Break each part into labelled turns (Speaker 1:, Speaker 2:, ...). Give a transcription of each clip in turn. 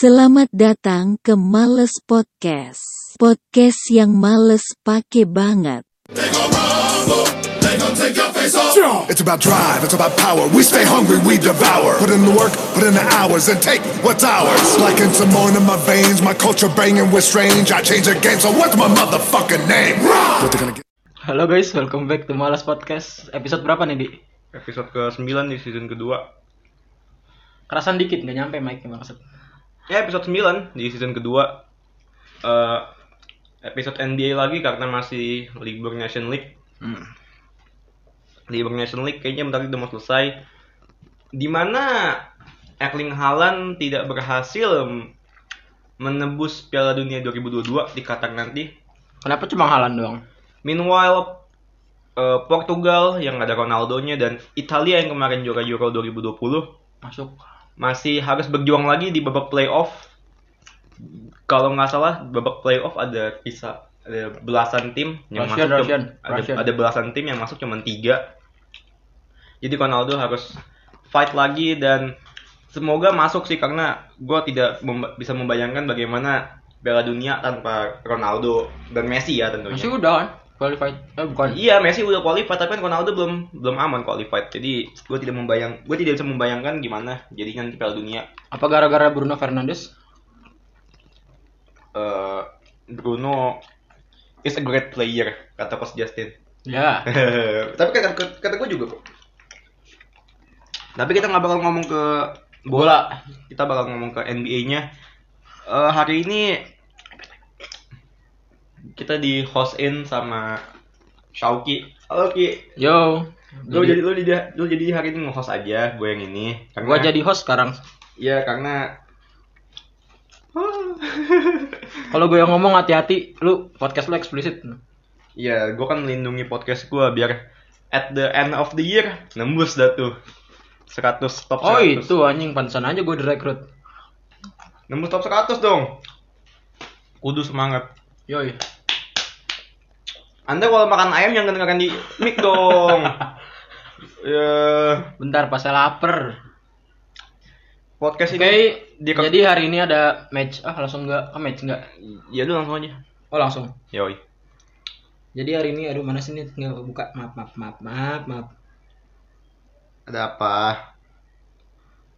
Speaker 1: Selamat datang ke Males Podcast. Podcast yang males pake banget.
Speaker 2: It's about drive, it's about power. We stay hungry, we devour. Put in the work, put in the hours, and take what's ours. Like in Simone in my veins, my culture banging with strange. I change the game, so what's my motherfucking name? Rah! But they're gonna get
Speaker 3: Halo guys, welcome back to Malas Podcast. Episode berapa nih, Di?
Speaker 4: episode ke-9 di season kedua.
Speaker 3: Kerasan dikit, nggak nyampe mic-nya maksud.
Speaker 4: Ya, episode 9 di season kedua. Eh, episode NBA lagi karena masih libur Nation League. Libur Nation League kayaknya bentar lagi udah mau selesai. Di mana Erling Haaland tidak berhasil menebus Piala Dunia 2022 di Qatar nanti.
Speaker 3: Kenapa cuma halan doang?
Speaker 4: Meanwhile, eh, Portugal yang ada Ronaldo-nya dan Italia yang kemarin juara Euro 2020
Speaker 3: Masuk.
Speaker 4: Oh, masih harus berjuang lagi di babak playoff. Kalau nggak salah babak playoff ada bisa ada belasan tim yang
Speaker 3: Russian,
Speaker 4: masuk
Speaker 3: Russian,
Speaker 4: ada,
Speaker 3: Russian.
Speaker 4: ada belasan tim yang masuk cuma tiga. Jadi Ronaldo harus fight lagi dan semoga masuk sih karena gue tidak memba- bisa membayangkan bagaimana Piala Dunia tanpa Ronaldo dan Messi ya tentunya.
Speaker 3: Masih udah kan? Qualified. Eh, bukan.
Speaker 4: Iya, Messi udah qualified tapi kan Ronaldo belum belum aman qualified. Jadi gue tidak membayang, gue tidak bisa membayangkan gimana jadinya nanti Piala Dunia
Speaker 3: Apa gara-gara Bruno Fernandes?
Speaker 4: eh, Bruno is a great player kata coach Justin.
Speaker 3: Ya.
Speaker 4: Tapi kata kata gue juga kok. Tapi kita nggak bakal ngomong ke bola, kita bakal ngomong ke NBA-nya. Eh, hari ini kita di host in sama Shauki. Halo Ki,
Speaker 3: Yo.
Speaker 4: lu
Speaker 3: Jadi-
Speaker 4: jadi lu jadi lu jadi hari ini nge-host aja gue yang ini. Karena-
Speaker 3: gua jadi host sekarang.
Speaker 4: Iya karena Ah.
Speaker 3: Kalau gue yang ngomong hati-hati, lu podcast lu eksplisit.
Speaker 4: Iya, gue kan melindungi podcast gue biar at the end of the year nembus dah tuh 100 top 100.
Speaker 3: Oh itu anjing pantesan aja gue direkrut.
Speaker 4: Nembus top 100 dong. Kudu semangat.
Speaker 3: Yoi.
Speaker 4: Anda kalau makan ayam jangan dengarkan di mic dong. Ya,
Speaker 3: Bentar pas saya lapar.
Speaker 4: podcast
Speaker 3: Oke,
Speaker 4: ini di
Speaker 3: jadi hari ini ada match. Ah langsung enggak? Ah match enggak?
Speaker 4: ya lu langsung aja.
Speaker 3: Oh langsung.
Speaker 4: Yoi.
Speaker 3: Jadi hari ini aduh mana sini nggak buka maaf maaf maaf maaf maaf
Speaker 4: Ada apa?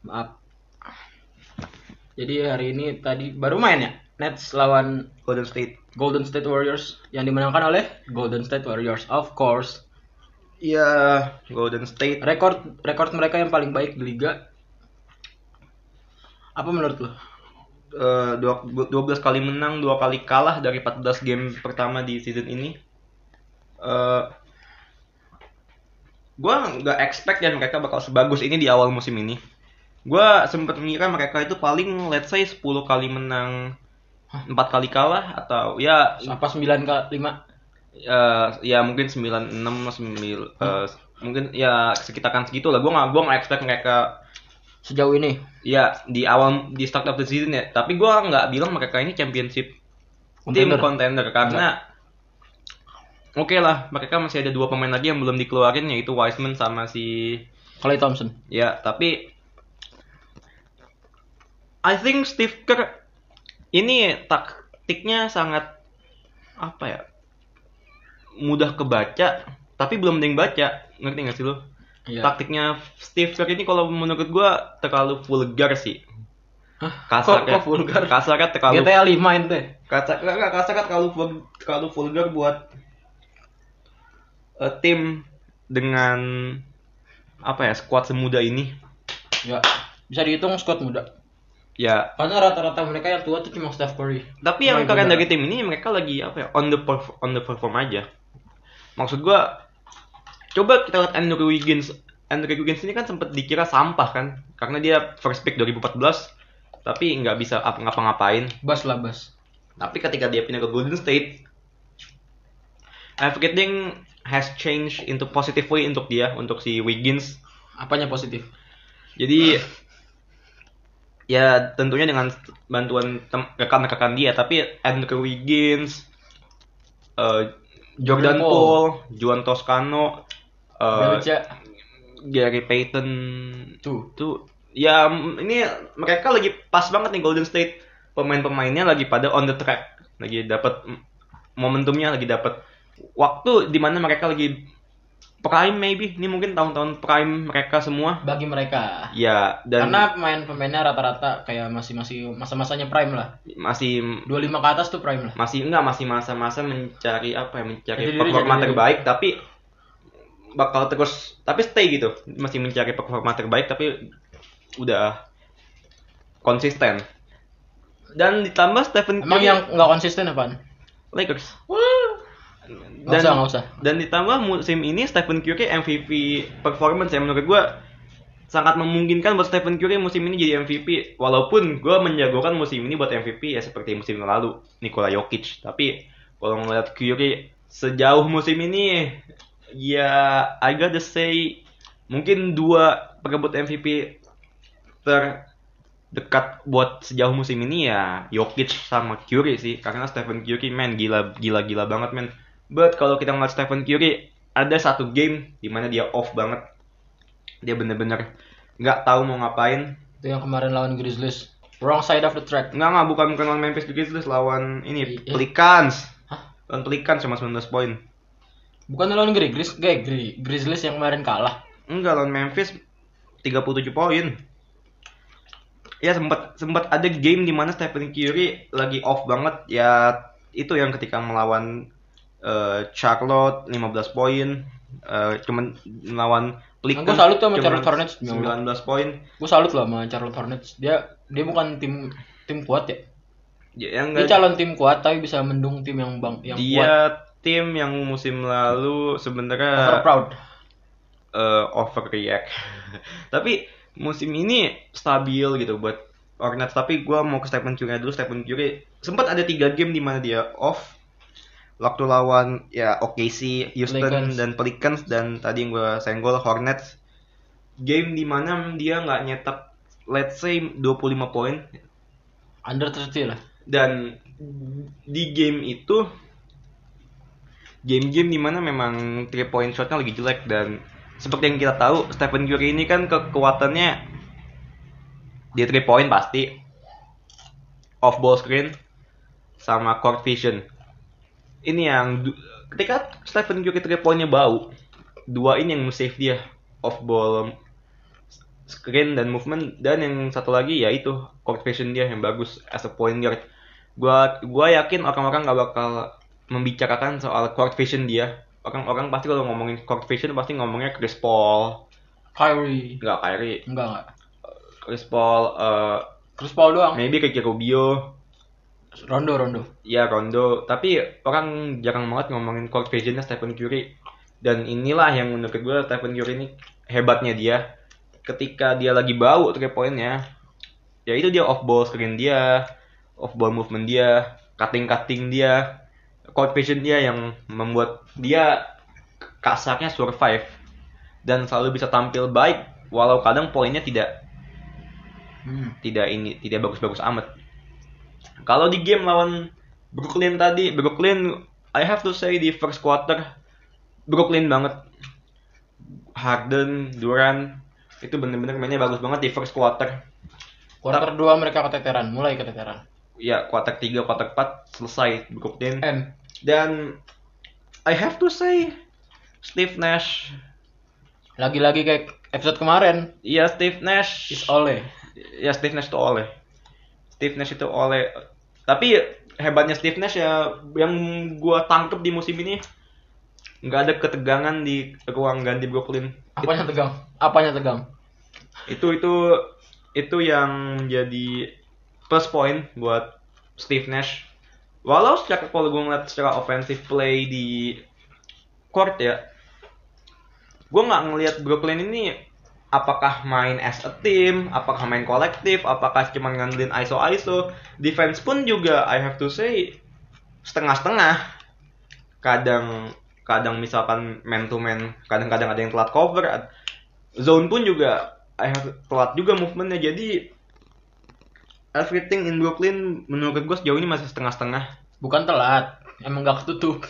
Speaker 3: maaf. Jadi hari ini tadi baru main ya Nets lawan
Speaker 4: Golden State.
Speaker 3: Golden State Warriors yang dimenangkan oleh Golden State Warriors of course.
Speaker 4: Iya, Golden State.
Speaker 3: Rekor rekor mereka yang paling baik di liga. Apa menurut lo?
Speaker 4: eh, dua- 12 kali menang, dua kali kalah dari 14 game pertama di season ini. Eh gua nggak expect ya mereka bakal sebagus ini di awal musim ini. Gua sempat mengira mereka itu paling let's say 10 kali menang, empat kali kalah atau ya
Speaker 3: Apa 9 ke 5?
Speaker 4: eh, ya mungkin 96 9 eh, mungkin ya sekitaran segitu lah. Gua nggak gua nggak expect mereka
Speaker 3: Sejauh ini
Speaker 4: Ya di awal di start of the season ya. Tapi gua nggak bilang mereka ini championship tim
Speaker 3: Contender.
Speaker 4: contender karena oke lah mereka masih ada dua pemain lagi yang belum dikeluarin yaitu Wiseman sama si
Speaker 3: Clay Thompson.
Speaker 4: ya tapi I think Steve Kerr ini taktiknya sangat apa ya mudah kebaca tapi belum ada yang baca ngerti nggak sih lo?
Speaker 3: Iya.
Speaker 4: taktiknya Steve Kerr ini kalau menurut gua terlalu vulgar sih.
Speaker 3: Hah?
Speaker 4: Kasarnya,
Speaker 3: Kok- kok vulgar?
Speaker 4: Kasarnya terlalu
Speaker 3: GTA 5 ente.
Speaker 4: kata nggak, nggak, kasarnya terlalu vul- terlalu vulgar buat eh, tim dengan apa ya squad semuda ini.
Speaker 3: Ya.
Speaker 4: Iya.
Speaker 3: Bisa dihitung squad muda.
Speaker 4: Ya,
Speaker 3: Karena rata-rata mereka yang tua tuh cuma Steph Curry.
Speaker 4: tapi yang
Speaker 3: Mulai
Speaker 4: keren
Speaker 3: bener.
Speaker 4: dari tim ini mereka lagi apa ya on the perf- on the perform aja. Maksud gua coba kita lihat Andrew Wiggins. Andrew Wiggins ini kan sempat dikira sampah kan karena dia first pick 2014 tapi nggak bisa apa ngapa-ngapain.
Speaker 3: Bas lah bas.
Speaker 4: Tapi ketika dia pindah ke Golden State, everything has changed into positive way untuk dia, untuk si Wiggins.
Speaker 3: Apanya positif?
Speaker 4: Jadi ya tentunya dengan bantuan tem- rekan-rekan dia, tapi Andrew Wiggins, eh,
Speaker 3: Jordan
Speaker 4: Jordan
Speaker 3: Poole.
Speaker 4: Poole, Juan Toscano, eh,
Speaker 3: Belja.
Speaker 4: Gary Payton
Speaker 3: Tuh.
Speaker 4: itu ya m- ini mereka lagi pas banget nih Golden State pemain-pemainnya lagi pada on the track lagi dapat m- momentumnya lagi dapat waktu di mana mereka lagi prime maybe ini mungkin tahun-tahun prime mereka semua
Speaker 3: bagi mereka.
Speaker 4: ya dan
Speaker 3: Karena pemain-pemainnya rata-rata kayak masih masih masa-masanya prime lah.
Speaker 4: masih
Speaker 3: 25 ke atas tuh prime lah.
Speaker 4: masih enggak masih masa-masa mencari apa ya mencari
Speaker 3: Jadi diri,
Speaker 4: performa
Speaker 3: jadi diri.
Speaker 4: terbaik tapi bakal terus tapi stay gitu masih mencari performa terbaik tapi udah konsisten dan ditambah Stephen
Speaker 3: Emang
Speaker 4: Curry
Speaker 3: yang nggak konsisten apaan?
Speaker 4: Lakers
Speaker 3: Nggak usah, nggak usah.
Speaker 4: dan ditambah musim ini Stephen Curry MVP performance yang menurut gua sangat memungkinkan buat Stephen Curry musim ini jadi MVP walaupun gua menjagokan musim ini buat MVP ya seperti musim lalu Nikola Jokic tapi kalau ngeliat Curry sejauh musim ini ya I gotta say mungkin dua perebut MVP terdekat buat sejauh musim ini ya Jokic sama Curry sih karena Stephen Curry men gila gila gila banget men but kalau kita ngeliat Stephen Curry ada satu game dimana dia off banget dia bener-bener nggak tahu mau ngapain
Speaker 3: Itu yang kemarin lawan Grizzlies. Wrong side of the track.
Speaker 4: nggak nggak bukan bukan lawan Memphis Grizzlies lawan ini
Speaker 3: Iya.
Speaker 4: Pelicans
Speaker 3: Hah?
Speaker 4: lawan Pelicans cuma 19 poin
Speaker 3: Bukan lawan Grizzlies, gak Gri- Grizzlies yang kemarin kalah.
Speaker 4: Enggak lawan Memphis 37 poin. Ya sempat sempat ada game di mana Stephen Curry lagi off banget ya itu yang ketika melawan eh, Charlotte 15 poin eh, cuman melawan Pelicans
Speaker 3: Aku salut tuh sama
Speaker 4: cuman
Speaker 3: Charlotte Hornets,
Speaker 4: 19 poin.
Speaker 3: Gue salut lah sama Charlotte Hornets. Dia dia bukan tim tim kuat ya.
Speaker 4: Ya, yang
Speaker 3: Dia
Speaker 4: enggak-
Speaker 3: calon tim kuat tapi bisa mendung tim yang bang yang
Speaker 4: dia
Speaker 3: kuat.
Speaker 4: tim yang musim
Speaker 3: Over
Speaker 4: lalu sebenarnya
Speaker 3: proud.
Speaker 4: eh, overreact. tapi musim ini stabil gitu buat Hornets. Tapi gua mau ke Stephen Curry dulu. Stephen Curry sempat ada tiga game di mana dia off. Waktu lawan ya OKC, Houston
Speaker 3: Pelicans.
Speaker 4: dan Pelicans dan tadi yang gua senggol Hornets. Game di mana dia nggak nyetak let's say 25 poin
Speaker 3: Under 30 lah.
Speaker 4: dan di game itu game-game dimana memang three point shotnya lagi jelek dan seperti yang kita tahu Stephen Curry ini kan kekuatannya dia three point pasti off ball screen sama court vision ini yang du- ketika Stephen Curry three pointnya bau dua ini yang save dia off ball screen dan movement dan yang satu lagi ya itu court vision dia yang bagus as a point guard. Gua gua yakin orang-orang nggak bakal membicarakan soal court vision dia. Orang-orang pasti kalau ngomongin court vision pasti ngomongnya Chris Paul,
Speaker 3: Kyrie.
Speaker 4: nggak Kyrie,
Speaker 3: Enggak enggak.
Speaker 4: Chris Paul, eh,
Speaker 3: Chris Paul doang.
Speaker 4: maybe Ricky Rubio,
Speaker 3: Rondo Rondo.
Speaker 4: ya Rondo. Tapi orang jarang banget ngomongin court visionnya Stephen Curry. Dan inilah yang menurut gue Stephen Curry ini hebatnya dia. Ketika dia lagi bau three pointnya, ya itu dia off ball screen dia, off ball movement dia, cutting cutting dia, court vision dia yang membuat dia kasarnya survive dan selalu bisa tampil baik walau kadang poinnya tidak
Speaker 3: Hmm.
Speaker 4: tidak ini tidak bagus-bagus amat. Kalau di game lawan Brooklyn tadi, Brooklyn I have to say di first quarter Brooklyn banget. Harden, Durant itu bener-bener mainnya bagus banget di first quarter.
Speaker 3: Quarter 2 mereka keteteran, mulai keteteran.
Speaker 4: Ya, quarter 3, quarter 4 selesai Brooklyn.
Speaker 3: N.
Speaker 4: Dan I have to say Steve Nash,
Speaker 3: Lagi-lagi kayak episode kemarin,
Speaker 4: ya Steve Nash
Speaker 3: is oleh.
Speaker 4: ya Steve Nash itu oleh Steve Nash itu oleh tapi hebatnya Steve Nash ya yang gua tangkep di musim ini nggak ada ketegangan di ruang ganti Brooklyn
Speaker 3: Apanya tegang? Apanya tegang?
Speaker 4: itu itu itu yang jadi plus point buat Steve Nash walau secara kalau gue ngeliat secara offensive play di court ya gue nggak ngelihat Brooklyn ini apakah main as a team, apakah main kolektif, apakah cuma ngandelin ISO ISO, defense pun juga I have to say setengah-setengah. Kadang kadang misalkan man to man, kadang-kadang ada yang telat cover, ad- zone pun juga I have telat juga movementnya. Jadi everything in Brooklyn menurut gue sejauh ini masih setengah-setengah.
Speaker 3: Bukan telat, emang gak ketutup.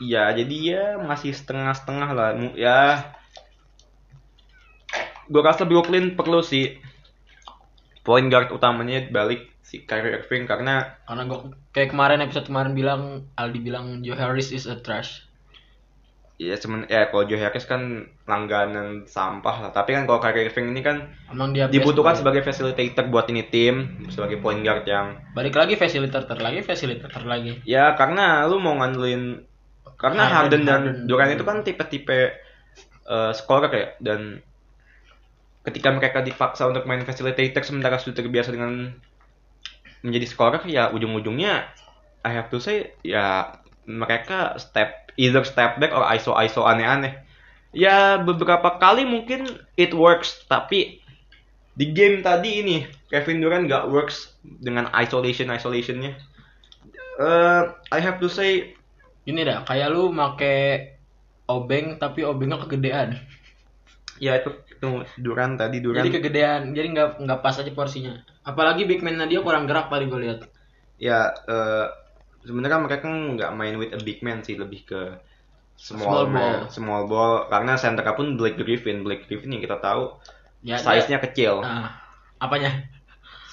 Speaker 4: Iya, jadi ya masih setengah-setengah lah. Mu- Ya, gue rasa Brooklyn perlu sih point guard utamanya balik si Kyrie Irving karena
Speaker 3: Karena gue kayak kemarin episode kemarin bilang Aldi bilang Joe Harris is a trash.
Speaker 4: ya cuman ya kalau Joe Harris kan langganan sampah lah tapi kan kalau Kyrie Irving ini kan
Speaker 3: Emang dia
Speaker 4: dibutuhkan
Speaker 3: best-
Speaker 4: sebagai facilitator buat ini tim sebagai point guard yang
Speaker 3: balik lagi facilitator lagi facilitator lagi.
Speaker 4: ya karena lu mau ngandelin karena
Speaker 3: Harden,
Speaker 4: Harden, dan
Speaker 3: Harden.
Speaker 4: Durant itu kan tipe-tipe eh, scorer ya dan ketika mereka dipaksa untuk main facilitator sementara sudah terbiasa dengan menjadi scorer ya ujung-ujungnya I have to say ya mereka step either step back or iso iso aneh-aneh ya beberapa kali mungkin it works tapi di game tadi ini Kevin Durant gak works dengan isolation isolationnya eh I have to say
Speaker 3: Ini dah kayak lu make obeng tapi obengnya kegedean.
Speaker 4: ya itu, itu Duran tadi Duran
Speaker 3: Jadi kegedean, jadi nggak nggak pas aja porsinya. Apalagi big man-nya dia kurang gerak paling gue lihat.
Speaker 4: ya eh sebenarnya mereka kan nggak main with a big man sih lebih ke
Speaker 3: Small
Speaker 4: small,
Speaker 3: ball.
Speaker 4: man, small ball karena center pun Blake Griffin Blake Griffin yang kita tahu
Speaker 3: Ya,
Speaker 4: size-nya kecil
Speaker 3: dia- ah, apanya?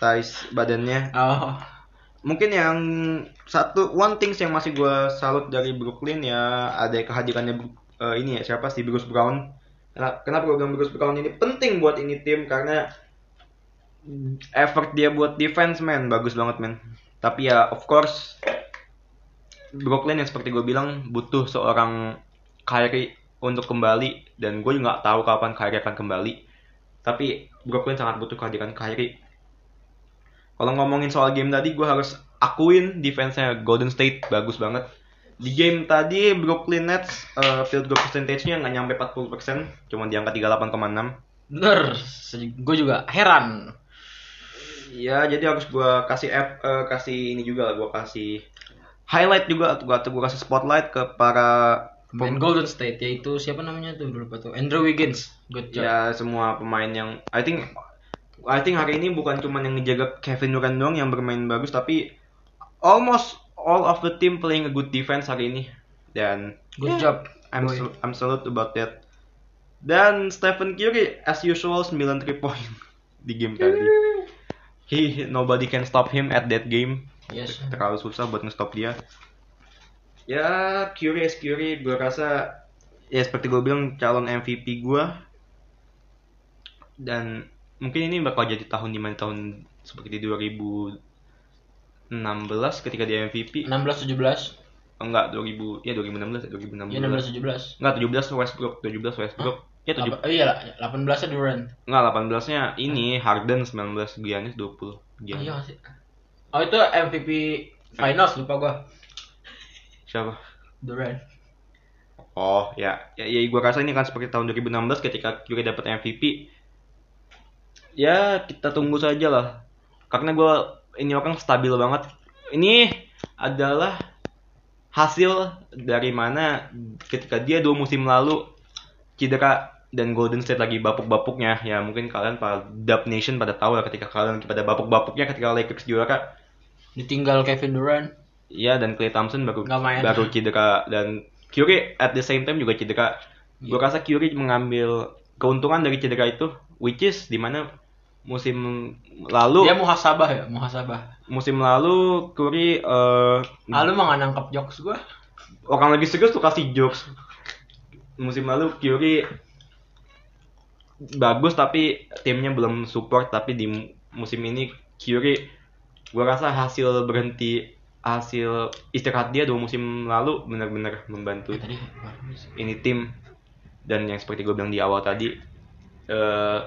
Speaker 4: size badannya
Speaker 3: Oh,
Speaker 4: mungkin yang satu one things yang masih gua salut dari Brooklyn ya ada kehadirannya eh, ini ya siapa sih Bruce Brown Kena- kenapa gua bilang Bruce Brown ini penting buat ini tim karena effort dia buat defense man bagus banget man tapi ya of course Brooklyn yang seperti gue bilang butuh seorang Kyrie untuk kembali dan gue juga nggak tahu kapan Kyrie akan kembali tapi Brooklyn sangat butuh kehadiran Kyrie kalau ngomongin soal game tadi gue harus akuin defense-nya Golden State bagus banget di game tadi Brooklyn Nets eh, field goal percentage-nya nggak nyampe 40% cuma di angka 38,6
Speaker 3: bener. Gue juga heran.
Speaker 4: Iya, jadi harus gua kasih app, eh, kasih ini juga lah, gua kasih highlight juga atau gua, atau gua kasih spotlight ke para
Speaker 3: Pemain Golden State yaitu siapa namanya tuh dulu lupa tuh Andrew Wiggins. Good job.
Speaker 4: ya semua pemain yang I think I think hari ini bukan cuma yang ngejaga Kevin Durant doang yang bermain bagus tapi almost all of the team playing a good defense hari ini dan
Speaker 3: Good
Speaker 4: ya,
Speaker 3: job.
Speaker 4: I'm
Speaker 3: boy.
Speaker 4: sal- I'm salute about that dan Stephen Curry as usual 9 3 point di game tadi he nobody can stop him at that game
Speaker 3: Yes.
Speaker 4: terlalu susah buat ngestop dia ya curious curious gue rasa ya seperti gue bilang calon MVP gue dan mungkin ini bakal jadi tahun dimana tahun seperti 2016 ketika dia
Speaker 3: 16
Speaker 4: MVP
Speaker 3: 17.
Speaker 4: Oh, enggak 2000 ya 2016 ya 2016
Speaker 3: Ya 16 17.
Speaker 4: enggak 17 Westbrook 17 Westbrook ya 7
Speaker 3: Lapa- Oh iya lah, 18 Durant.
Speaker 4: enggak 18 nya ini Harden 19 Giannis 20
Speaker 3: Oh, iya
Speaker 4: Giannis
Speaker 3: sih. Oh itu MVP Finals lupa gua.
Speaker 4: siapa
Speaker 3: Durant.
Speaker 4: Oh ya, ya, ya gue rasa ini kan seperti tahun 2016 ketika juga dapat MVP. Ya kita tunggu saja lah, karena gue ini orang stabil banget. Ini adalah hasil dari mana ketika dia dua musim lalu cedera dan Golden State lagi bapuk-bapuknya ya mungkin kalian para Dub Nation pada tahu lah ketika kalian pada bapuk-bapuknya ketika Lakers juara
Speaker 3: Ditinggal Kevin Durant.
Speaker 4: Iya dan Klay Thompson baru
Speaker 3: Nggak main.
Speaker 4: baru cedera dan Curry at the same time juga cedera.
Speaker 3: Iya.
Speaker 4: Gue rasa Curry mengambil keuntungan dari cedera itu, which is dimana musim lalu
Speaker 3: Dia muhasabah ya, muhasabah.
Speaker 4: musim lalu Curry eh,
Speaker 3: Ah lu mah nggak nangkep jokes gua.
Speaker 4: orang lagi serius tuh kasih jokes. Musim lalu Curry bagus tapi timnya belum support tapi di musim ini Curry gue rasa hasil berhenti hasil istirahat dia dua musim lalu benar-benar membantu
Speaker 3: Tadi baru sih.
Speaker 4: ini tim dan yang seperti gue bilang di awal tadi eh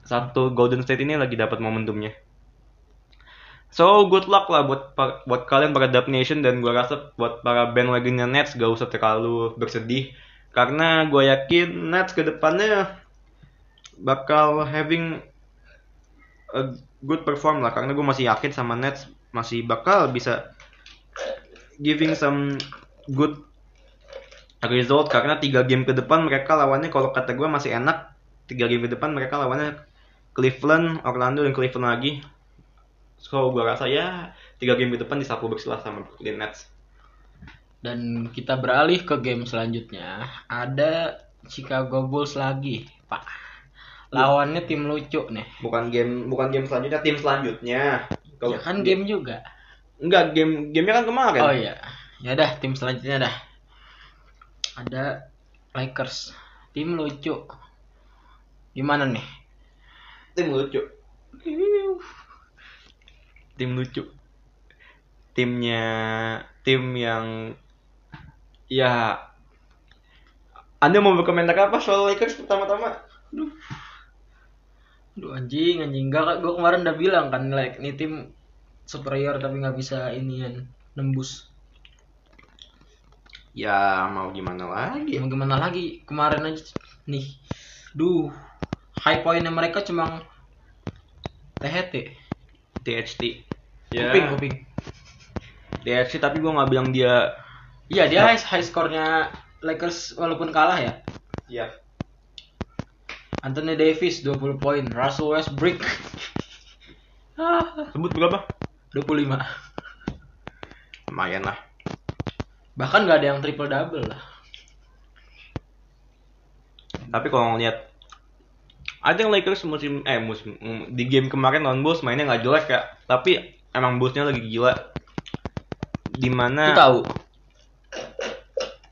Speaker 4: satu Golden State ini lagi dapat momentumnya. So good luck lah buat par- buat kalian para Dub Nation dan gue rasa buat para bandwagonnya Nets gak usah terlalu bersedih karena gue yakin Nets kedepannya bakal having a good perform lah karena gue masih yakin sama Nets masih bakal bisa giving some good result karena tiga game ke depan mereka lawannya kalau kata gue masih enak tiga game ke depan mereka lawannya Cleveland, Orlando dan Cleveland lagi so gue rasa ya tiga game ke depan disapu bersih lah sama Brooklyn Nets
Speaker 3: Dan kita beralih ke game selanjutnya. Ada Chicago Bulls lagi, Pak. Lawannya tim lucu nih.
Speaker 4: Bukan game bukan game selanjutnya, tim selanjutnya.
Speaker 3: Ya kan game juga.
Speaker 4: Enggak, game gamenya kan kemarin.
Speaker 3: Oh iya. Ya dah tim selanjutnya dah. Ada Lakers. Tim lucu. Gimana nih?
Speaker 4: Tim lucu. Tim lucu. Timnya tim yang ya Anda mau berkomentar apa soal Lakers pertama-tama?
Speaker 3: Aduh anjing anjing enggak gue kemarin udah bilang kan like ini tim superior tapi nggak bisa inian nembus.
Speaker 4: Ya mau gimana lagi?
Speaker 3: Iya, Mau gimana lagi kemarin aja nih. Duh. High pointnya mereka cuma THT.
Speaker 4: THT.
Speaker 3: Kuping
Speaker 4: Ya.
Speaker 3: kuping.
Speaker 4: THT tapi gua nggak bilang dia
Speaker 3: Iya dia high, high score-nya Lakers walaupun kalah ya.
Speaker 4: ya
Speaker 3: Anthony Davis 20 poin, Russell Westbrook Ah,
Speaker 4: sebut berapa?
Speaker 3: 25.
Speaker 4: Lumayan lah.
Speaker 3: Bahkan nggak ada yang triple double lah.
Speaker 4: Tapi kalau ngeliat I think Lakers musim eh musim mm, di game kemarin lawan Bulls mainnya nggak jelek ya. Tapi emang Bullsnya lagi
Speaker 3: Lu
Speaker 4: gila. Dimana
Speaker 3: tahu?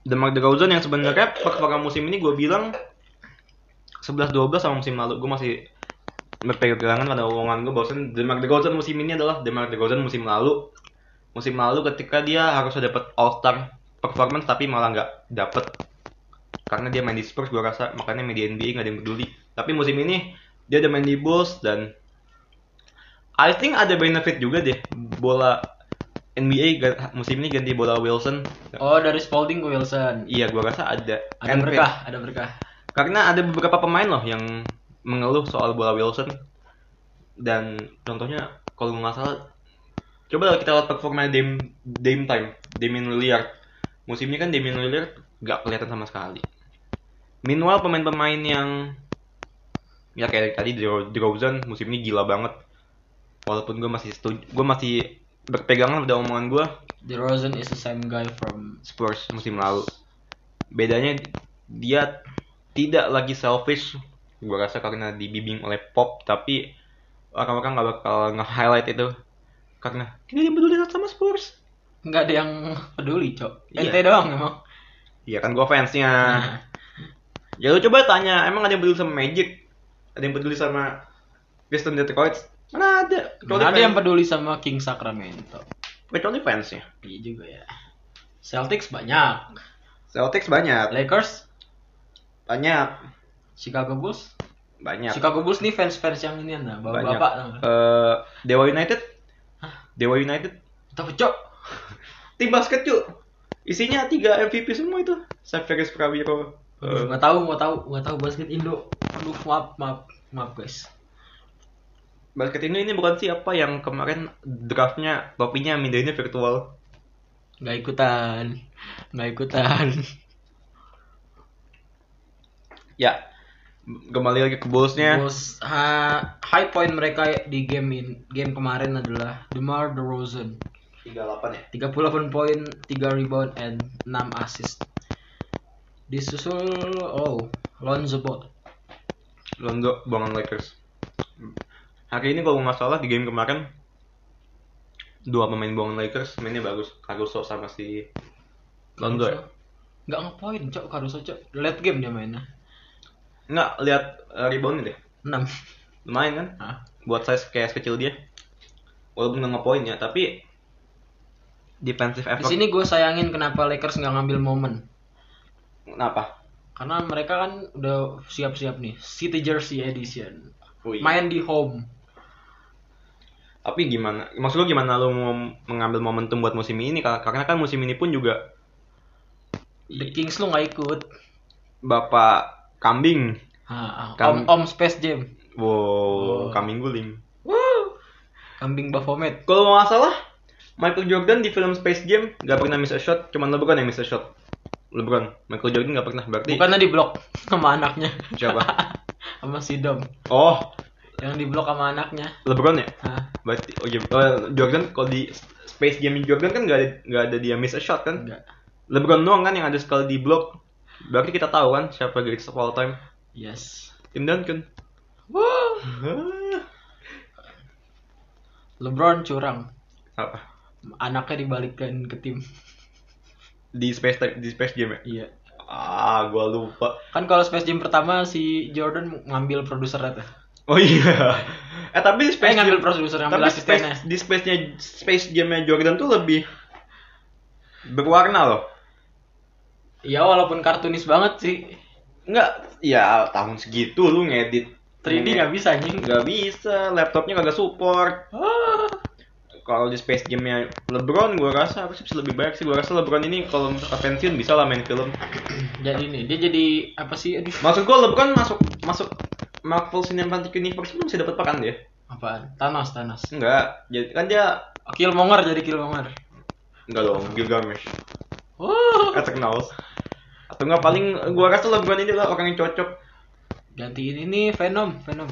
Speaker 4: Demar Derozan yang sebenarnya perkara musim ini gue bilang 11-12 sama musim lalu gue masih berpegang tangan pada omongan gue bahwasan Demar Derozan musim ini adalah Demar Derozan musim lalu musim lalu ketika dia harus dapat All Star performance tapi malah nggak dapet karena dia main di Spurs gue rasa makanya media NBA nggak ada yang peduli tapi musim ini dia udah main di Bulls dan I think ada benefit juga deh bola NBA ga- musim ini ganti bola Wilson
Speaker 3: Oh, dari Spalding ke Wilson.
Speaker 4: Iya, gua rasa ada.
Speaker 3: Ada
Speaker 4: Kan,
Speaker 3: berkah,
Speaker 4: Fit?
Speaker 3: ada berkah.
Speaker 4: Karena ada beberapa pemain loh yang mengeluh soal bola Wilson. Dan contohnya kalau nggak salah, coba kita lihat performa Dame, Dame Time, Damian Lillard. Musimnya kan Damian Lillard nggak kelihatan sama sekali. Meanwhile pemain-pemain yang ya kayak tadi Dro- Drozan musim ini gila banget. Walaupun gue masih setuju, gue masih berpegangan pada omongan gue
Speaker 3: DeRozan is the same guy from
Speaker 4: Spurs musim lalu. Bedanya dia tidak lagi selfish. Gua rasa karena dibimbing oleh Pop, tapi orang-orang nggak bakal nge-highlight itu karena tidak ada yang peduli sama Spurs.
Speaker 3: nggak ada yang peduli, Cok.
Speaker 4: Iya.
Speaker 3: Ente doang emang.
Speaker 4: Iya kan gua fansnya.
Speaker 3: Hmm.
Speaker 4: ya lu coba tanya, emang ada yang peduli sama Magic? Ada yang peduli sama Piston Detroit? Mana ada? Kecuali
Speaker 3: Mana ada
Speaker 4: fans-
Speaker 3: yang peduli sama King Sacramento.
Speaker 4: kecuali fansnya.
Speaker 3: Iya juga ya. Celtics banyak.
Speaker 4: Celtics banyak,
Speaker 3: Lakers,
Speaker 4: banyak,
Speaker 3: Chicago Bulls.
Speaker 4: banyak.
Speaker 3: Chicago Bulls nih fans-fans yang ini nah,
Speaker 4: banyak.
Speaker 3: bapak-bapak. tau nggak?
Speaker 4: Eh, Dewa United? Dewa United
Speaker 3: Tahu, Cok?
Speaker 4: tim basket cuy isinya tiga MVP semua itu Saverius Prawiro
Speaker 3: Aduh,
Speaker 4: eh,
Speaker 3: nggak tahu nggak tahu nggak tahu basket Indo aduh maaf maaf maaf guys
Speaker 4: basket ini ini bukan siapa yang kemarin draftnya topinya mindainya virtual
Speaker 3: nggak ikutan nggak ikutan
Speaker 4: ya kembali lagi ke Bullsnya
Speaker 3: terus ha, high point mereka di game in, game kemarin adalah Demar Derozan
Speaker 4: 38 ya
Speaker 3: 38 poin 3 rebound and 6 assist disusul oh Lonzo Ball
Speaker 4: Lonzo buangan Lakers hari ini kalau nggak salah di game kemarin dua pemain buangan Lakers mainnya bagus Caruso sama si Lonzo ya
Speaker 3: nggak ngepoin cok Caruso cok late game dia mainnya
Speaker 4: nggak lihat eh, reboundnya deh
Speaker 3: 6
Speaker 4: lumayan kan
Speaker 3: Hah?
Speaker 4: buat size kayak kecil dia walaupun nggak ngepoin ya tapi defensive
Speaker 3: di
Speaker 4: effort
Speaker 3: sini gue sayangin kenapa Lakers nggak ngambil momen
Speaker 4: kenapa
Speaker 3: karena mereka kan udah siap-siap nih City Jersey Edition
Speaker 4: Wih.
Speaker 3: main di home
Speaker 4: tapi gimana maksud lu gimana lu mau mengambil momentum buat musim ini Kar- karena kan musim ini pun juga
Speaker 3: The Kings lu nggak ikut
Speaker 4: bapak kambing
Speaker 3: ha, om
Speaker 4: Kam-
Speaker 3: om Space Jam Oh.
Speaker 4: wow kambing guling
Speaker 3: Woo! kambing Baphomet
Speaker 4: kalau nggak salah Michael Jordan di film Space Jam nggak pernah miss a shot cuman LeBron yang miss a shot LeBron Michael Jordan nggak pernah berarti
Speaker 3: bukannya di blok sama anaknya
Speaker 4: siapa
Speaker 3: sama si Dom
Speaker 4: oh
Speaker 3: yang di blok sama anaknya
Speaker 4: LeBron ya
Speaker 3: Hah,
Speaker 4: Berarti oh, iya, oh, Jordan kalau di Space Game Jordan kan nggak ada nggak ada dia miss a shot kan?
Speaker 3: enggak
Speaker 4: LeBron doang kan yang ada sekali di blok. Berarti kita tahu kan siapa greatest of all time?
Speaker 3: yes
Speaker 4: Tim Duncan.
Speaker 3: Wuh. LeBron curang.
Speaker 4: Apa?
Speaker 3: Anaknya dibalikin ke tim.
Speaker 4: Di Space Time- di Space Jam ya?
Speaker 3: Iya.
Speaker 4: Ah, gua lupa.
Speaker 3: Kan kalau Space Jam pertama si Jordan ngambil produsernya tuh.
Speaker 4: Oh iya. Eh tapi
Speaker 3: Eh
Speaker 4: Space
Speaker 3: ngambil
Speaker 4: Jam-
Speaker 3: produser ngambil
Speaker 4: tapi
Speaker 3: asistennya.
Speaker 4: space, di space-nya Space Jam-nya Jordan tuh lebih berwarna loh.
Speaker 3: Ya walaupun kartunis banget sih.
Speaker 4: Enggak, ya tahun segitu lu ngedit
Speaker 3: 3D nggak bisa anjing.
Speaker 4: Iya. Nggak bisa, laptopnya kagak support.
Speaker 3: Ah.
Speaker 4: Kalau di Space Jam-nya LeBron gua rasa harusnya bisa lebih banyak sih. Gua rasa LeBron ini kalau misalkan pensiun bisa lah main film.
Speaker 3: Jadi nih dia jadi apa sih? Aduh.
Speaker 4: Maksud gua LeBron masuk masuk Marvel Cinematic Universe pun bisa dapat peran dia.
Speaker 3: Apaan? Thanos, Thanos. Oh,
Speaker 4: Enggak, jadi kan dia
Speaker 3: Killmonger jadi Killmonger. Oh.
Speaker 4: enggak dong, Gilgamesh.
Speaker 3: Wuh.
Speaker 4: Atau Knaus. Atau enggak paling gua rasa LeBron ini lah orang yang cocok
Speaker 3: Gantiin ini Venom, Venom.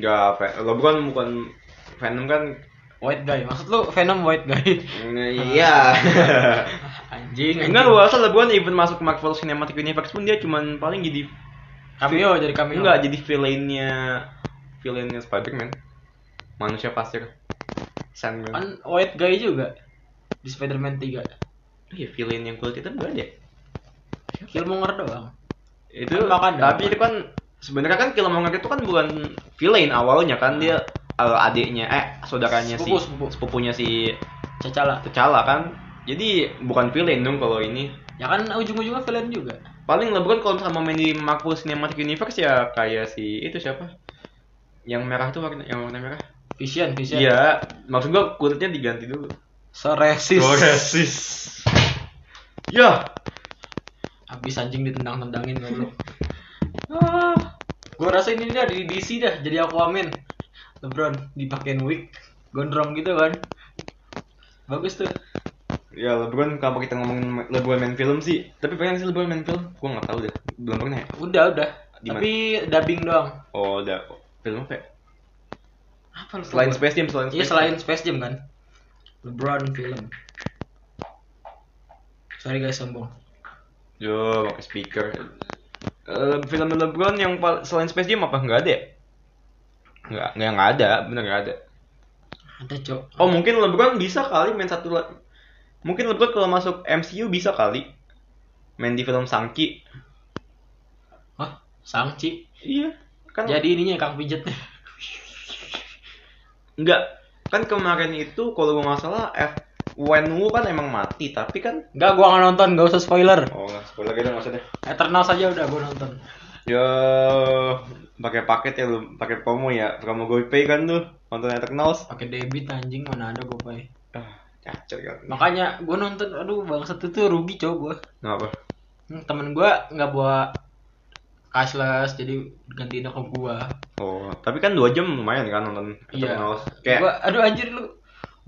Speaker 4: Gak, Ve- LeBron bukan Venom kan?
Speaker 3: White guy. Maksud lu Venom white guy? Ah,
Speaker 4: Iya.
Speaker 3: anjing.
Speaker 4: Enggak, gue rasa LeBron even masuk Marvel Cinematic Universe pun dia cuman paling jadi
Speaker 3: Cameo jadi cameo.
Speaker 4: enggak jadi villainnya villainnya Spider-Man. Manusia pasir.
Speaker 3: Kan
Speaker 4: Sandman.
Speaker 3: white guy juga di Spider-Man 3.
Speaker 4: Iya, villain yang kulit hitam gak ada. ya?
Speaker 3: Killmonger doang.
Speaker 4: Itu
Speaker 3: Kan makan
Speaker 4: tapi
Speaker 3: dong.
Speaker 4: itu kan sebenarnya kan Killmonger itu kan bukan villain awalnya kan dia eh, adiknya eh saudaranya
Speaker 3: Sepupu,
Speaker 4: si
Speaker 3: sepupu.
Speaker 4: sepupunya si
Speaker 3: Cacala.
Speaker 4: T'Challa kan. Jadi bukan villain dong kalau ini.
Speaker 3: Ya kan ujung-ujungnya villain juga.
Speaker 4: paling LeBron kalau misalnya mau main di Marvel Cinematic Universe ya kayak si itu siapa yang merah tuh warna yang warna merah
Speaker 3: Vision, Vision.
Speaker 4: iya maksud gua kulitnya diganti dulu
Speaker 3: Soresis.
Speaker 4: Goresis ya
Speaker 3: Abis anjing ditendang-tendangin goblok. ah. Gua rasa ini dia di DC dah jadi Aquaman. LeBron dipakein wig, gondrong gitu kan. Bagus tuh.
Speaker 4: ya LeBron kalau kita ngomongin LeBron main film sih tapi pengen sih LeBron main film gua nggak tahu deh belum pernah ya
Speaker 3: Udah, udah.
Speaker 4: Di mana?
Speaker 3: Tapi dubbing doang.
Speaker 4: oh udah film apa ya?
Speaker 3: Apa lu
Speaker 4: selain
Speaker 3: tau gua?
Speaker 4: Space Jam selain
Speaker 3: Iya,
Speaker 4: Space
Speaker 3: selain
Speaker 4: Jam.
Speaker 3: Space Jam kan. LeBron film. Sorry guys sombong.
Speaker 4: yo pakai speaker Eh, film LeBron yang pal- selain Space Jam apa nggak ada ya? nggak nggak nggak ada bener nggak ada
Speaker 3: Ada, Cok.
Speaker 4: Oh mungkin LeBron bisa kali main satu la- Mungkin LeBron kalau masuk MCU bisa kali main di film Sangki.
Speaker 3: Hah? Sangci.
Speaker 4: Iya. Kan
Speaker 3: Jadi ininya Kang Pijetnya.
Speaker 4: enggak kan kemarin itu kalau gue nggak salah F Wen Wu kan emang mati tapi kan
Speaker 3: Enggak, gua nggak nonton, gak usah spoiler.
Speaker 4: oh nggak spoiler gitu maksudnya
Speaker 3: Eternal saja udah gua nonton.
Speaker 4: ya pakai paket ya lu pakai promo ya promo GoPay kan tuh nonton Eternals
Speaker 3: Pakai debit anjing mana ada GoPay.
Speaker 4: ah cacat kan
Speaker 3: Makanya gua nonton aduh bangsat itu tuh rugi cowok gua.
Speaker 4: kenapa
Speaker 3: Hmm, Temen gua nggak bawa cashless jadi gantiin akun gua.
Speaker 4: oh tapi kan dua jam lumayan kan nonton
Speaker 3: Iya.
Speaker 4: Eternals kayak
Speaker 3: Gua aduh anjir lu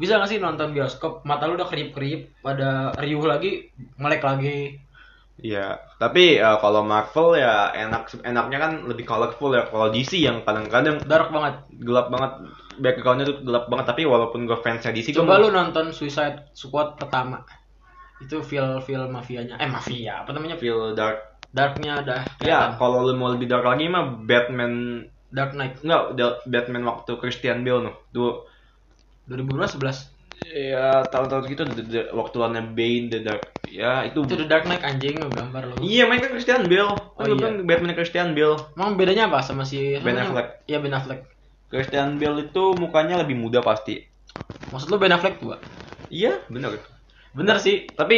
Speaker 3: bisa gak sih nonton bioskop mata lu udah kerip-kerip pada riuh lagi melek lagi
Speaker 4: Iya, tapi eh, kalau Marvel ya enak enaknya kan lebih colorful ya. Kalau DC yang kadang-kadang
Speaker 3: dark banget
Speaker 4: gelap banget backgroundnya tuh gelap banget. Tapi walaupun gue fansnya DC,
Speaker 3: coba
Speaker 4: gua
Speaker 3: lu nonton Suicide Squad pertama itu feel feel mafianya eh mafia apa namanya
Speaker 4: feel dark.
Speaker 3: darknya udah
Speaker 4: Ya,
Speaker 3: kelihatan.
Speaker 4: kalau lu mau lebih dark lagi mah Batman
Speaker 3: Dark Knight
Speaker 4: enggak da- Batman waktu Christian Bale noh. Tuh
Speaker 3: 2012 11
Speaker 4: ya tahun-tahun gitu the- the- waktu lawannya Bane the Dark. Ya, itu
Speaker 3: itu The Dark Knight anjing lu gambar lu
Speaker 4: Iya, main kan Christian Bale. Kan
Speaker 3: Oh,
Speaker 4: gua
Speaker 3: iya.
Speaker 4: bilang Batman Christian Bale.
Speaker 3: emang bedanya apa sama si
Speaker 4: Ben
Speaker 3: namanya?
Speaker 4: Affleck.
Speaker 3: iya Ben Affleck
Speaker 4: Christian Bale itu mukanya lebih muda pasti.
Speaker 3: maksud lu Ben Affleck tua
Speaker 4: Iya, bener.
Speaker 3: bener sih
Speaker 4: Tapi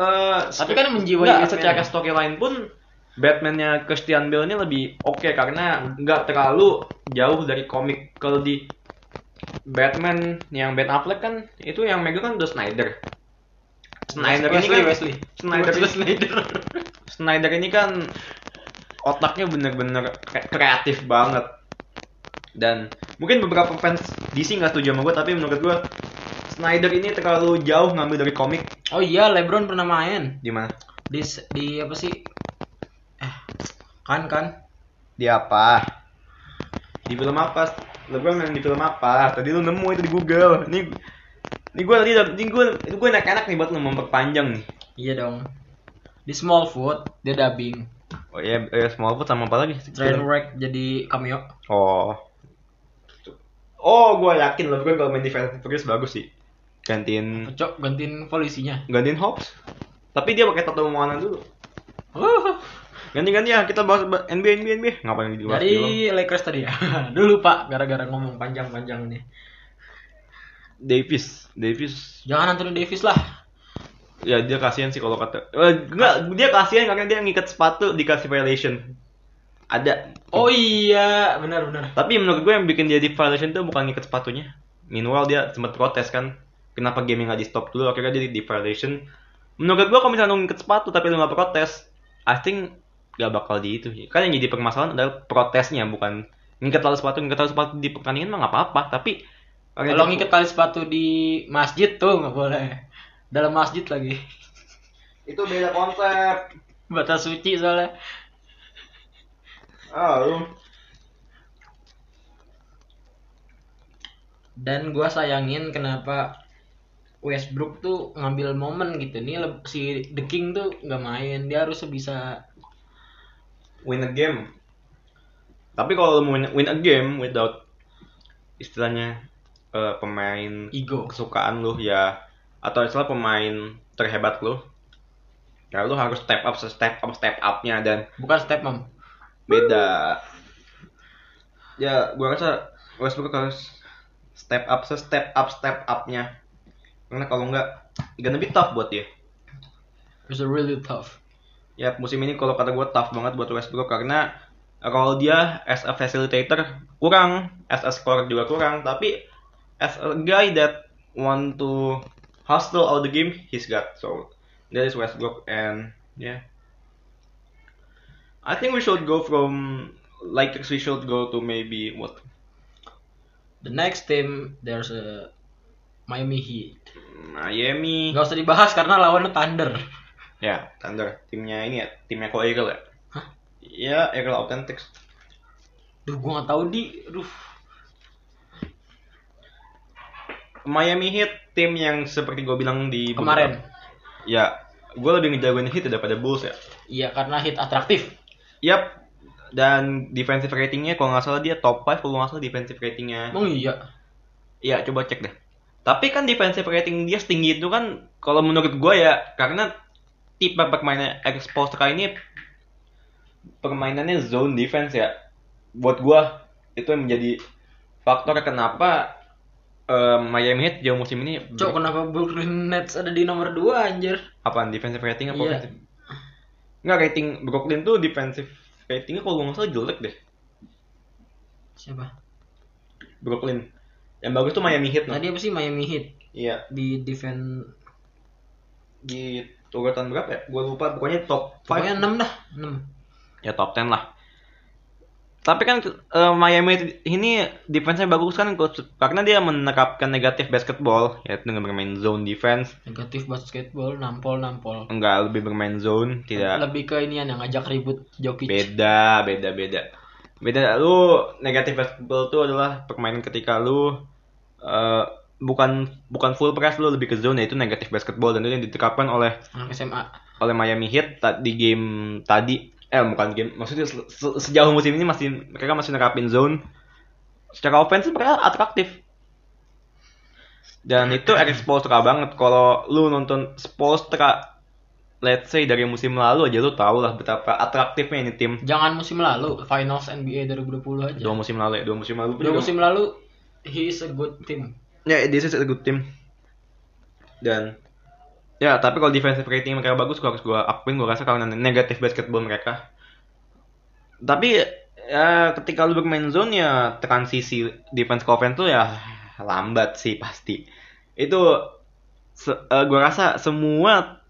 Speaker 4: eh
Speaker 3: tapi kan menjiwai
Speaker 4: Nggak,
Speaker 3: Batman.
Speaker 4: secara storyline pun Batman-nya Christian Bale ini lebih oke karena nggak terlalu jauh dari komik. Kalau di Batman yang Ben Affleck kan itu yang megang kan udah Snyder. Snyder ini
Speaker 3: Wesley,
Speaker 4: kan
Speaker 3: Wesley.
Speaker 4: Snyder
Speaker 3: Wesley Snyder
Speaker 4: Snyder ini kan otaknya bener-bener kre- kreatif banget. Dan mungkin beberapa fans DC nggak setuju sama gue, tapi menurut gue Snyder ini terlalu jauh ngambil dari komik.
Speaker 3: oh iya LeBron pernah main
Speaker 4: Di mana?
Speaker 3: di di apa sih eh kan kan
Speaker 4: Di apa? Di film apa? Lebron main di film apa? Tadi lu nemu itu di Google. Ini ini gue tadi ini gue ini gue enak-enak nih buat lu memperpanjang nih.
Speaker 3: iya dong di Smallfoot dia dubbing
Speaker 4: Oh iya, eh, Smallwood sama apa lagi?
Speaker 3: Trainwreck jadi cameo.
Speaker 4: Oh. Oh, gue yakin LeBron kalau main di Fast and Furious bagus sih. Gantiin
Speaker 3: Cok gantiin polisinya.
Speaker 4: gantiin Hobbs. Tapi dia pakai tato Moana dulu.
Speaker 3: Uh,
Speaker 4: Ganti-ganti ya, kita bahas bahas NBA NBA NBA. Ngapain di luar?
Speaker 3: dari Lakers tadi ya. Dulu Pak, gara-gara ngomong panjang-panjang nih.
Speaker 4: Davis, Davis.
Speaker 3: Jangan Anthony Davis lah.
Speaker 4: Ya dia kasihan sih kalau kata. Eh, enggak, dia kasihan karena dia ngikat sepatu dikasih violation. Ada.
Speaker 3: Oh iya, benar-benar.
Speaker 4: Tapi menurut gue yang bikin dia di violation itu bukan ngikat sepatunya. Meanwhile dia sempat protes kan. Kenapa gaming nggak di stop dulu? Akhirnya dia di violation. Menurut gue kalau misalnya lu ngikat sepatu tapi lu nggak protes, I think gak bakal di itu. Kan yang jadi permasalahan adalah protesnya bukan ngikat lalu sepatu, ngikat lalu sepatu di pertandingan mah nggak apa-apa. Tapi
Speaker 3: Kalau ngikat tali sepatu di masjid tuh nggak boleh. Dalam masjid lagi.
Speaker 4: itu beda konsep.
Speaker 3: Batas suci soalnya.
Speaker 4: Ah, lu.
Speaker 3: Dan gua sayangin kenapa Westbrook tuh ngambil momen gitu nih leb- si The King tuh nggak main dia harus bisa
Speaker 4: win a game. Tapi kalau lu mau win- win a game without istilahnya eh, pemain
Speaker 3: ego
Speaker 4: kesukaan lu ya atau istilah pemain terhebat lu ya lu harus step up step up step upnya dan
Speaker 3: bukan step mom
Speaker 4: beda ya gua rasa Westbrook harus step up step up step upnya karena kalau enggak gonna be tough buat dia
Speaker 3: it's really tough
Speaker 4: ya musim ini kalau kata gue tough banget buat Westbrook karena kalau dia as a facilitator kurang, as a scorer juga kurang, tapi as a guy that want to hustle all the game he's got. So that is Westbrook and yeah. I think we should go from Lakers we should go to maybe what
Speaker 3: the next team there's a Miami Heat
Speaker 4: Miami.
Speaker 3: nggak usah dibahas karena lawannya Thunder
Speaker 4: Ya, Thunder. Timnya ini ya, timnya kok Eagle ya?
Speaker 3: Hah?
Speaker 4: Ya, Eagle Authentics.
Speaker 3: duh gua nggak tahu di duh
Speaker 4: Miami Heat tim yang seperti gue bilang di
Speaker 3: kemarin
Speaker 4: beberapa- ya gue lebih ngejagoin Heat daripada Bulls ya
Speaker 3: iya karena Heat atraktif
Speaker 4: yap dan defensive ratingnya kalau nggak salah dia top 5 kalau nggak salah defensive ratingnya
Speaker 3: emang iya
Speaker 4: ya coba cek deh tapi kan defensive rating dia setinggi itu kan kalau menurut gue ya karena tipe permainan Eric Spoelstra ini permainannya zone defense ya buat gue itu yang menjadi faktor kenapa eh, Miami Heat jauh musim ini
Speaker 3: Cok kenapa Brooklyn Nets ada di nomor 2 anjir
Speaker 4: apaan defensive rating apa
Speaker 3: Iya.
Speaker 4: offensive? Nggak rating Brooklyn tuh defensive ratingnya kalau nggak salah jelek deh
Speaker 3: siapa
Speaker 4: Brooklyn. Yang bagus tuh Miami Heat nah.
Speaker 3: tadi apa sih Miami Heat
Speaker 4: Iya
Speaker 3: di defense
Speaker 4: di urutan berapa ya? Gue lupa pokoknya top 5
Speaker 3: pokoknya 6 dah 6
Speaker 4: ya top 10 lah. Tapi kan eh, Miami Heat ini defense-nya bagus kan karena dia menerapkan negatif basketball yaitu dengan bermain zone defense
Speaker 3: negatif basketball nampol nampol
Speaker 4: enggak lebih bermain zone tidak
Speaker 3: lebih ke inian yang ngajak ribut Jokic
Speaker 4: beda beda beda beda lu negatif basketball tuh adalah permainan ketika lu eh, bukan bukan full press lu lebih ke zone yaitu negatif basketball dan itu yang diterapkan oleh
Speaker 3: anak SMA
Speaker 4: oleh Miami Heat ta- di game tadi eh bukan game maksudnya se- se- sejauh musim ini masih mereka masih nerapin zone secara offense mereka atraktif dan itu Eric Spoelstra banget kalau lu nonton Spoelstra let's say dari musim lalu aja lu tau lah betapa atraktifnya ini tim
Speaker 3: jangan musim lalu finals NBA 2020 aja
Speaker 4: dua musim lalu ya dua musim lalu pun
Speaker 3: Iya. dua
Speaker 4: juga-
Speaker 3: musim lalu he is a good team
Speaker 4: ya this is a good team dan ya tapi kalau defensive rating mereka bagus gua harus gua akuin gua rasa karena negatif basketball mereka tapi ya ketika lu bermain zone ya transisi defense ke offense tuh ya lambat sih pasti itu se- eh, gua rasa semua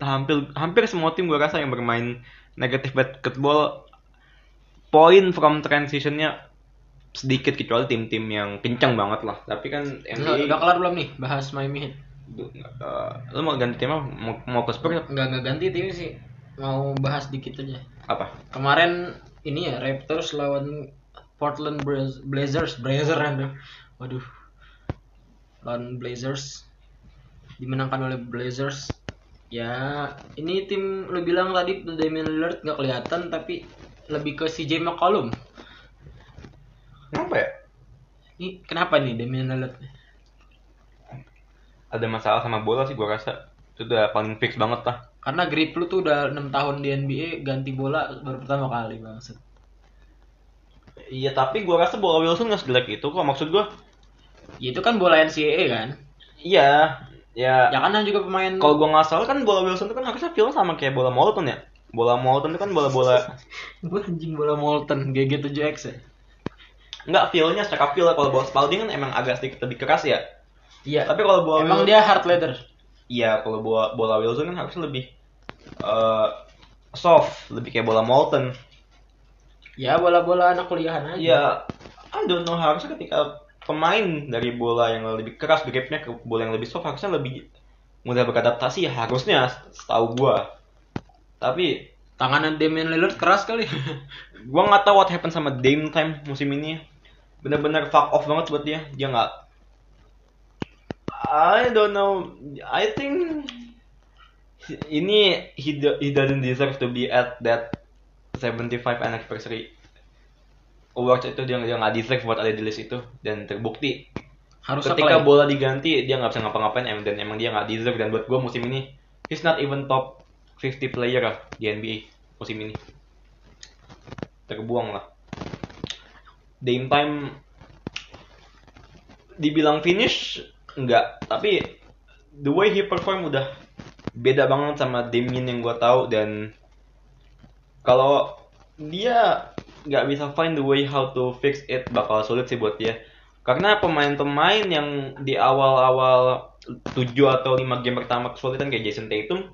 Speaker 4: hampir hampir semua tim gua rasa yang bermain negatif basketball poin from transitionnya sedikit kecuali tim-tim yang kencang banget lah tapi kan
Speaker 3: udah,
Speaker 4: NBA
Speaker 3: udah kelar belum nih bahas Miami Heat
Speaker 4: Eh, lu mau ganti tema mau, mau ke Spurs
Speaker 3: nggak nggak ganti tim sih mau bahas dikit aja
Speaker 4: apa
Speaker 3: kemarin ini ya Raptors lawan Portland Braz- Blazers Blazers random waduh lawan Blazers dimenangkan oleh Blazers Ya, ini tim lu bilang tadi Damian Lillard nggak kelihatan tapi lebih ke CJ McCollum.
Speaker 4: Kenapa ya?
Speaker 3: Ini kenapa nih Damian Lillard?
Speaker 4: Ada masalah sama bola sih gua rasa. Itu udah paling fix banget lah.
Speaker 3: Karena grip lu tuh udah 6 tahun di NBA ganti bola baru pertama kali maksud.
Speaker 4: Iya tapi gua rasa bola Wilson nggak sejelek itu kok maksud gua.
Speaker 3: Ya itu kan bola NCAA kan?
Speaker 4: Iya, ya.
Speaker 3: Ya kan yang juga pemain
Speaker 4: Kalau gua nggak salah kan bola Wilson itu kan harusnya feel sama kayak bola Molten ya. Bola Molten itu kan bola-bola
Speaker 3: Gua anjing bola Molten GG7X ya.
Speaker 4: nggak feelnya secara feel ya. kalau bola Spalding kan emang agak sedikit lebih keras ya.
Speaker 3: Iya.
Speaker 4: Tapi kalau bola
Speaker 3: Emang
Speaker 4: Wilson-
Speaker 3: dia hard leather.
Speaker 4: Iya, kalau bola bola Wilson kan harusnya lebih eh, soft, lebih kayak bola Molten.
Speaker 3: Ya bola-bola anak kuliahan aja.
Speaker 4: Iya, I don't know harusnya ketika pemain dari bola yang lebih keras gripnya ke bola yang lebih soft harusnya lebih mudah beradaptasi Ya, harusnya setahu gua. Tapi
Speaker 3: Tanganan Damian Lillard keras kali.
Speaker 4: gua nggak tahu what happened sama Dame Time musim ini. Bener-bener fuck off banget buat dia. Dia nggak. I don't know. I think ini he do- he doesn't deserve to be at that 75 anniversary awards itu dia dia nggak deserve buat ada di list itu dan terbukti
Speaker 3: Harus
Speaker 4: ketika bola diganti dia nggak bisa ngapa-ngapain em- dan emang dia nggak deserve dan buat gue musim ini he's not even top 50 player lah di NBA musim ini terbuang lah Dame time dibilang finish enggak tapi the way he perform udah beda banget sama Damien yang gue tahu dan kalau dia nggak bisa find the way how to fix it bakal sulit sih buat dia karena pemain-pemain yang di awal-awal 7 atau 5 game pertama kesulitan kayak Jason Tatum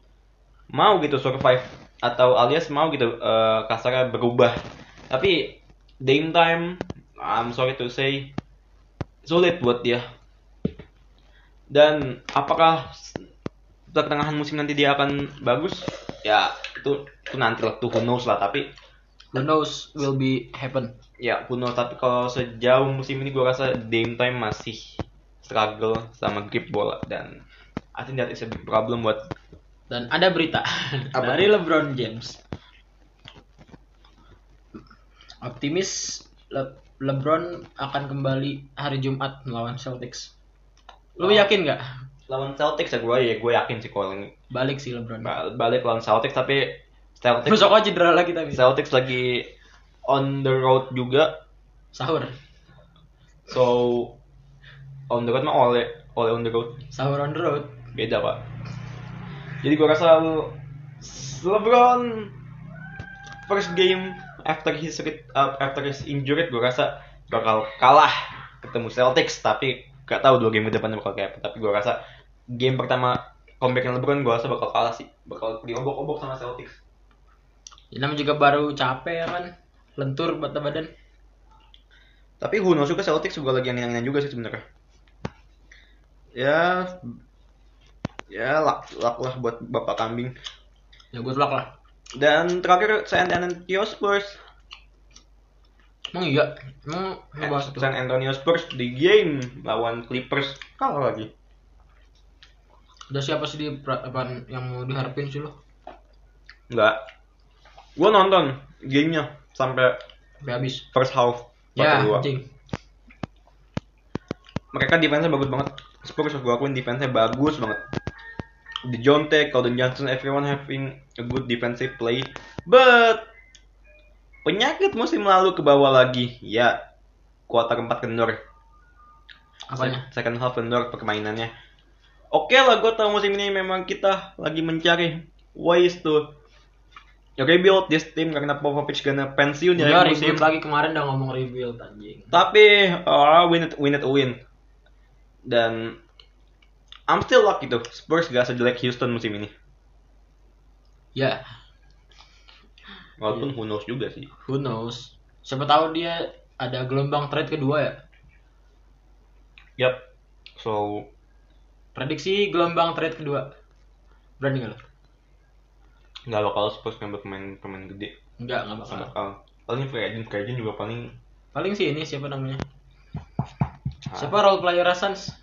Speaker 4: mau gitu survive atau alias mau gitu eh, kasarnya berubah tapi Dame time I'm sorry to say sulit buat dia dan apakah pertengahan musim nanti dia akan bagus ya itu itu nanti lah tuh who knows lah tapi
Speaker 3: Who knows will be happen.
Speaker 4: ya who knows tapi kalau sejauh musim ini gue rasa Dame Time masih struggle sama grip bola dan I think that is a big problem buat
Speaker 3: Dan ada berita
Speaker 4: Apa
Speaker 3: dari
Speaker 4: tuh?
Speaker 3: LeBron James. Optimis Le- LeBron akan kembali hari Jumat melawan Celtics. Lu
Speaker 4: Wow.
Speaker 3: yakin nggak?
Speaker 4: lawan Celtics ya gue ya gue yakin sih kalau ini
Speaker 3: Balik sih LeBron.
Speaker 4: ba- balik lawan Celtics tapi Celtics
Speaker 3: Besok aja cedera lagi tapi.
Speaker 4: Celtics lagi on the road juga
Speaker 3: Sahur.
Speaker 4: so on the road mah oleh oleh on the road
Speaker 3: Sahur on the road.
Speaker 4: beda pak jadi gua rasa lu- LeBron first game after his re- uh, after his injury gua rasa bakal kalah ketemu Celtics tapi gak tahu dua game ke depan bakal kayak apa tapi gua rasa game pertama comebacknya LeBron gua rasa bakal kalah sih bakal diobok-obok sama Celtics
Speaker 3: Ya, namanya juga baru capek ya kan. Lentur buat badan.
Speaker 4: tapi who knows juga Celtics juga lagi angin-anginan juga sih sebenarnya ya ya lak lak lah buat bapak kambing
Speaker 3: Ya gue tulak lah.
Speaker 4: dan terakhir San Antonio Spurs
Speaker 3: Emang iya. Emang
Speaker 4: Eh,
Speaker 3: ngebahas itu.
Speaker 4: San Antonio Spurs di game lawan Clippers kalah lagi.
Speaker 3: Udah siapa sih di pra- apaan yang mau diharapin sih lo?
Speaker 4: Enggak. Gua nonton gamenya sampai
Speaker 3: Sampai habis.
Speaker 4: first half
Speaker 3: Ya,
Speaker 4: quarter dua.
Speaker 3: anjing.
Speaker 4: Mereka defense-nya bagus banget. Spurs gua akuin defense-nya bagus banget. The John Tech, Calden Johnson, everyone having a good defensive play. But penyakit musim lalu ke bawah lagi. Ya, kuota keempat kendor.
Speaker 3: Apanya?
Speaker 4: Second half kendor permainannya. Oke lah, gue tahu musim ini memang kita lagi mencari ways to rebuild this team karena Popovich gonna pensiun ya
Speaker 3: Ya,
Speaker 4: musim.
Speaker 3: ribut lagi kemarin udah ngomong rebuild anjing.
Speaker 4: Tapi uh, win it win it win. Dan I'm still lucky tuh Spurs gak sejelek Houston musim ini.
Speaker 3: Ya,
Speaker 4: Walaupun who knows juga sih.
Speaker 3: who knows. Siapa tahu dia ada gelombang trade kedua ya.
Speaker 4: Yap. So
Speaker 3: Prediksi gelombang trade kedua. Berani nggak lo?
Speaker 4: nggak bakal Spurs ngambil pemain pemain gede.
Speaker 3: Enggak, nggak bakal.
Speaker 4: Nggak bakal. Paling free agent free agent juga paling.
Speaker 3: Paling sih ini siapa namanya? Siapa role player Suns?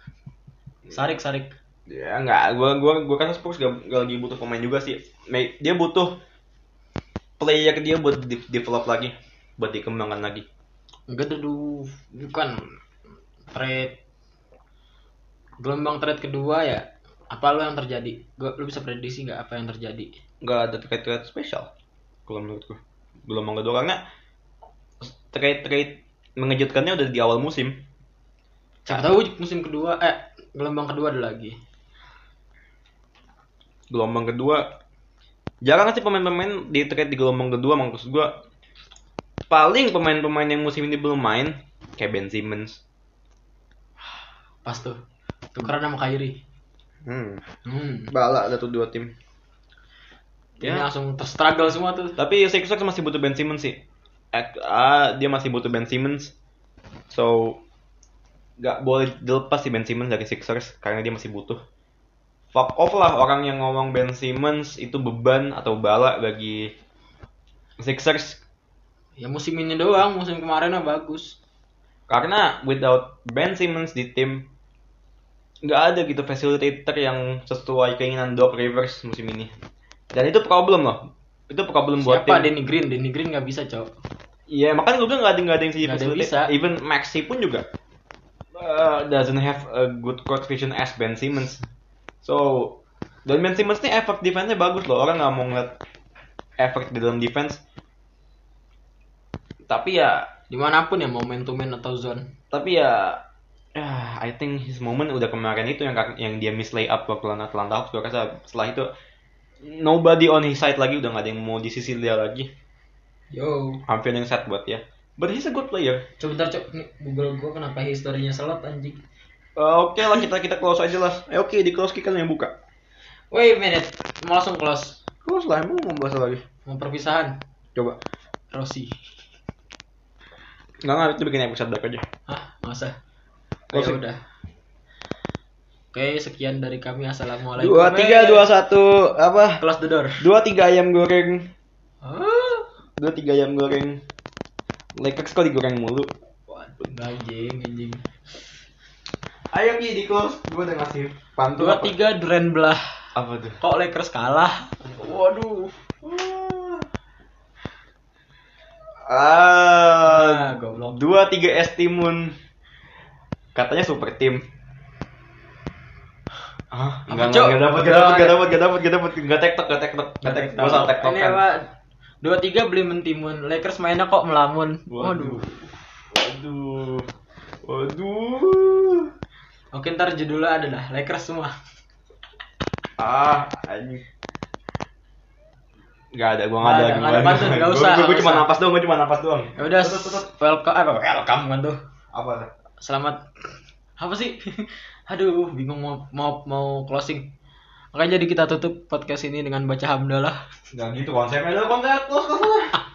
Speaker 3: Sarik, Sarik.
Speaker 4: Ya nggak, gua gua gua kan Spurs gak, gak lagi butuh pemain juga sih. May- Dia butuh player dia buat di- develop lagi, buat dikembangkan lagi.
Speaker 3: Enggak tuh du- bukan trade gelombang trade kedua ya apa lo yang terjadi gua lu bisa prediksi nggak apa yang terjadi
Speaker 4: Nggak ada trade-trade spesial kalau menurut gua. Gelombang kedua karena trade-trade mengejutkannya udah di awal musim.
Speaker 3: siapa tahu musim kedua eh gelombang kedua ada lagi
Speaker 4: Gelombang kedua jarang sih pemain-pemain di trade di gelombang kedua maksud gua paling pemain-pemain yang musim ini belum main kayak Ben Simmons.
Speaker 3: pas tuh tukeran sama Kyrie
Speaker 4: Hmm.
Speaker 3: hmm.
Speaker 4: Bala ada tuh dua tim.
Speaker 3: Ini
Speaker 4: Ya.
Speaker 3: langsung terstruggle semua tuh
Speaker 4: Tapi Sixers masih butuh Ben Simmons sih. Ak- ah, dia masih butuh Ben Simmons. So nggak boleh dilepas sih Ben Simmons dari Sixers karena dia masih butuh. Fuck off lah orang yang ngomong Ben Simmons itu beban atau bala bagi Sixers
Speaker 3: ya musim ini doang musim kemarin mah bagus
Speaker 4: karena without Ben Simmons di tim nggak ada gitu facilitator yang sesuai keinginan Doc Rivers musim ini. Dan itu problem loh. Itu problem buat
Speaker 3: siapa
Speaker 4: tim.
Speaker 3: Danny Green Danny Green nggak bisa cowok
Speaker 4: Iya, makanya gue bilang gak ada, nggak ada yang
Speaker 3: Nggak ada yang
Speaker 4: bisa. Even Maxi pun juga uh, doesn't have a good court vision as Ben Simmons. So, dan Ben Simmons nih effort defense-nya bagus loh. Orang nggak mau ngeliat effort di dalam defense. Tapi ya,
Speaker 3: dimanapun ya mau man to man atau zone
Speaker 4: tapi ya, ah, I think his moment udah kemarin itu yang yang dia miss layup waktu lawan Atlanta Hawks. Gue rasa setelah itu nobody on his side lagi udah nggak ada yang mau di sisi dia lagi.
Speaker 3: yo
Speaker 4: I'm feeling sad buat ya. But he's a good player.
Speaker 3: coba bentar cok nih Google gua kenapa historinya selot anjing
Speaker 4: Eh, Oke lah kita kita close aja lah. Eh, Oke di close kita kan yang buka.
Speaker 3: wait a minute mau langsung close
Speaker 4: Close lah emang mau bahas apa lagi.
Speaker 3: mau perpisahan
Speaker 4: Coba.
Speaker 3: Rossi
Speaker 4: Nggak nggak itu bikin episode back aja.
Speaker 3: Hah? Masa? Oh,
Speaker 4: Gak usah.
Speaker 3: Ah, ya udah. Oke, sekian dari kami. Assalamualaikum.
Speaker 4: Dua tiga dua satu apa?
Speaker 3: Close the door.
Speaker 4: Dua tiga ayam goreng.
Speaker 3: Ah,
Speaker 4: Dua tiga ayam goreng. Lakers kok digoreng mulu.
Speaker 3: Waduh, anjing, anjing.
Speaker 4: Ayam di close. Gue udah ngasih pantun.
Speaker 3: Dua tiga Duren belah.
Speaker 4: Apa tuh?
Speaker 3: Kok Lakers kalah? Waduh. Ah,
Speaker 4: Ah,
Speaker 3: goblok.
Speaker 4: dua tiga es timun. Katanya super tim. Ah,
Speaker 3: Apa,
Speaker 4: enggak
Speaker 3: Cok?
Speaker 4: enggak dapat enggak dapat enggak dapat enggak dapat enggak dapat enggak tektok enggak tektok enggak tektok enggak usah tektok
Speaker 3: Ini apa? Dua tiga beli mentimun. Lakers mainnya kok melamun.
Speaker 4: Waduh.
Speaker 3: Waduh.
Speaker 4: Waduh. Waduh.
Speaker 3: Oke, ntar judulnya ada dah. Lakers semua.
Speaker 4: Ah, anjing. Enggak ada, gua enggak ada
Speaker 3: Nggak ada,
Speaker 4: lagi.
Speaker 3: nggak ada pantun, nggak usah,
Speaker 4: Gua- Gua,
Speaker 3: nggak
Speaker 4: cuma
Speaker 3: usah.
Speaker 4: napas doang, gua cuma napas doang.
Speaker 3: Ya udah. Welcome. Apa? Welcome kan tuh.
Speaker 4: Apa tuh?
Speaker 3: selamat apa sih aduh bingung mau mau mau closing Oke jadi kita tutup podcast ini dengan baca hamdalah
Speaker 4: Enggak gitu konsepnya. Udah konsep close close lah.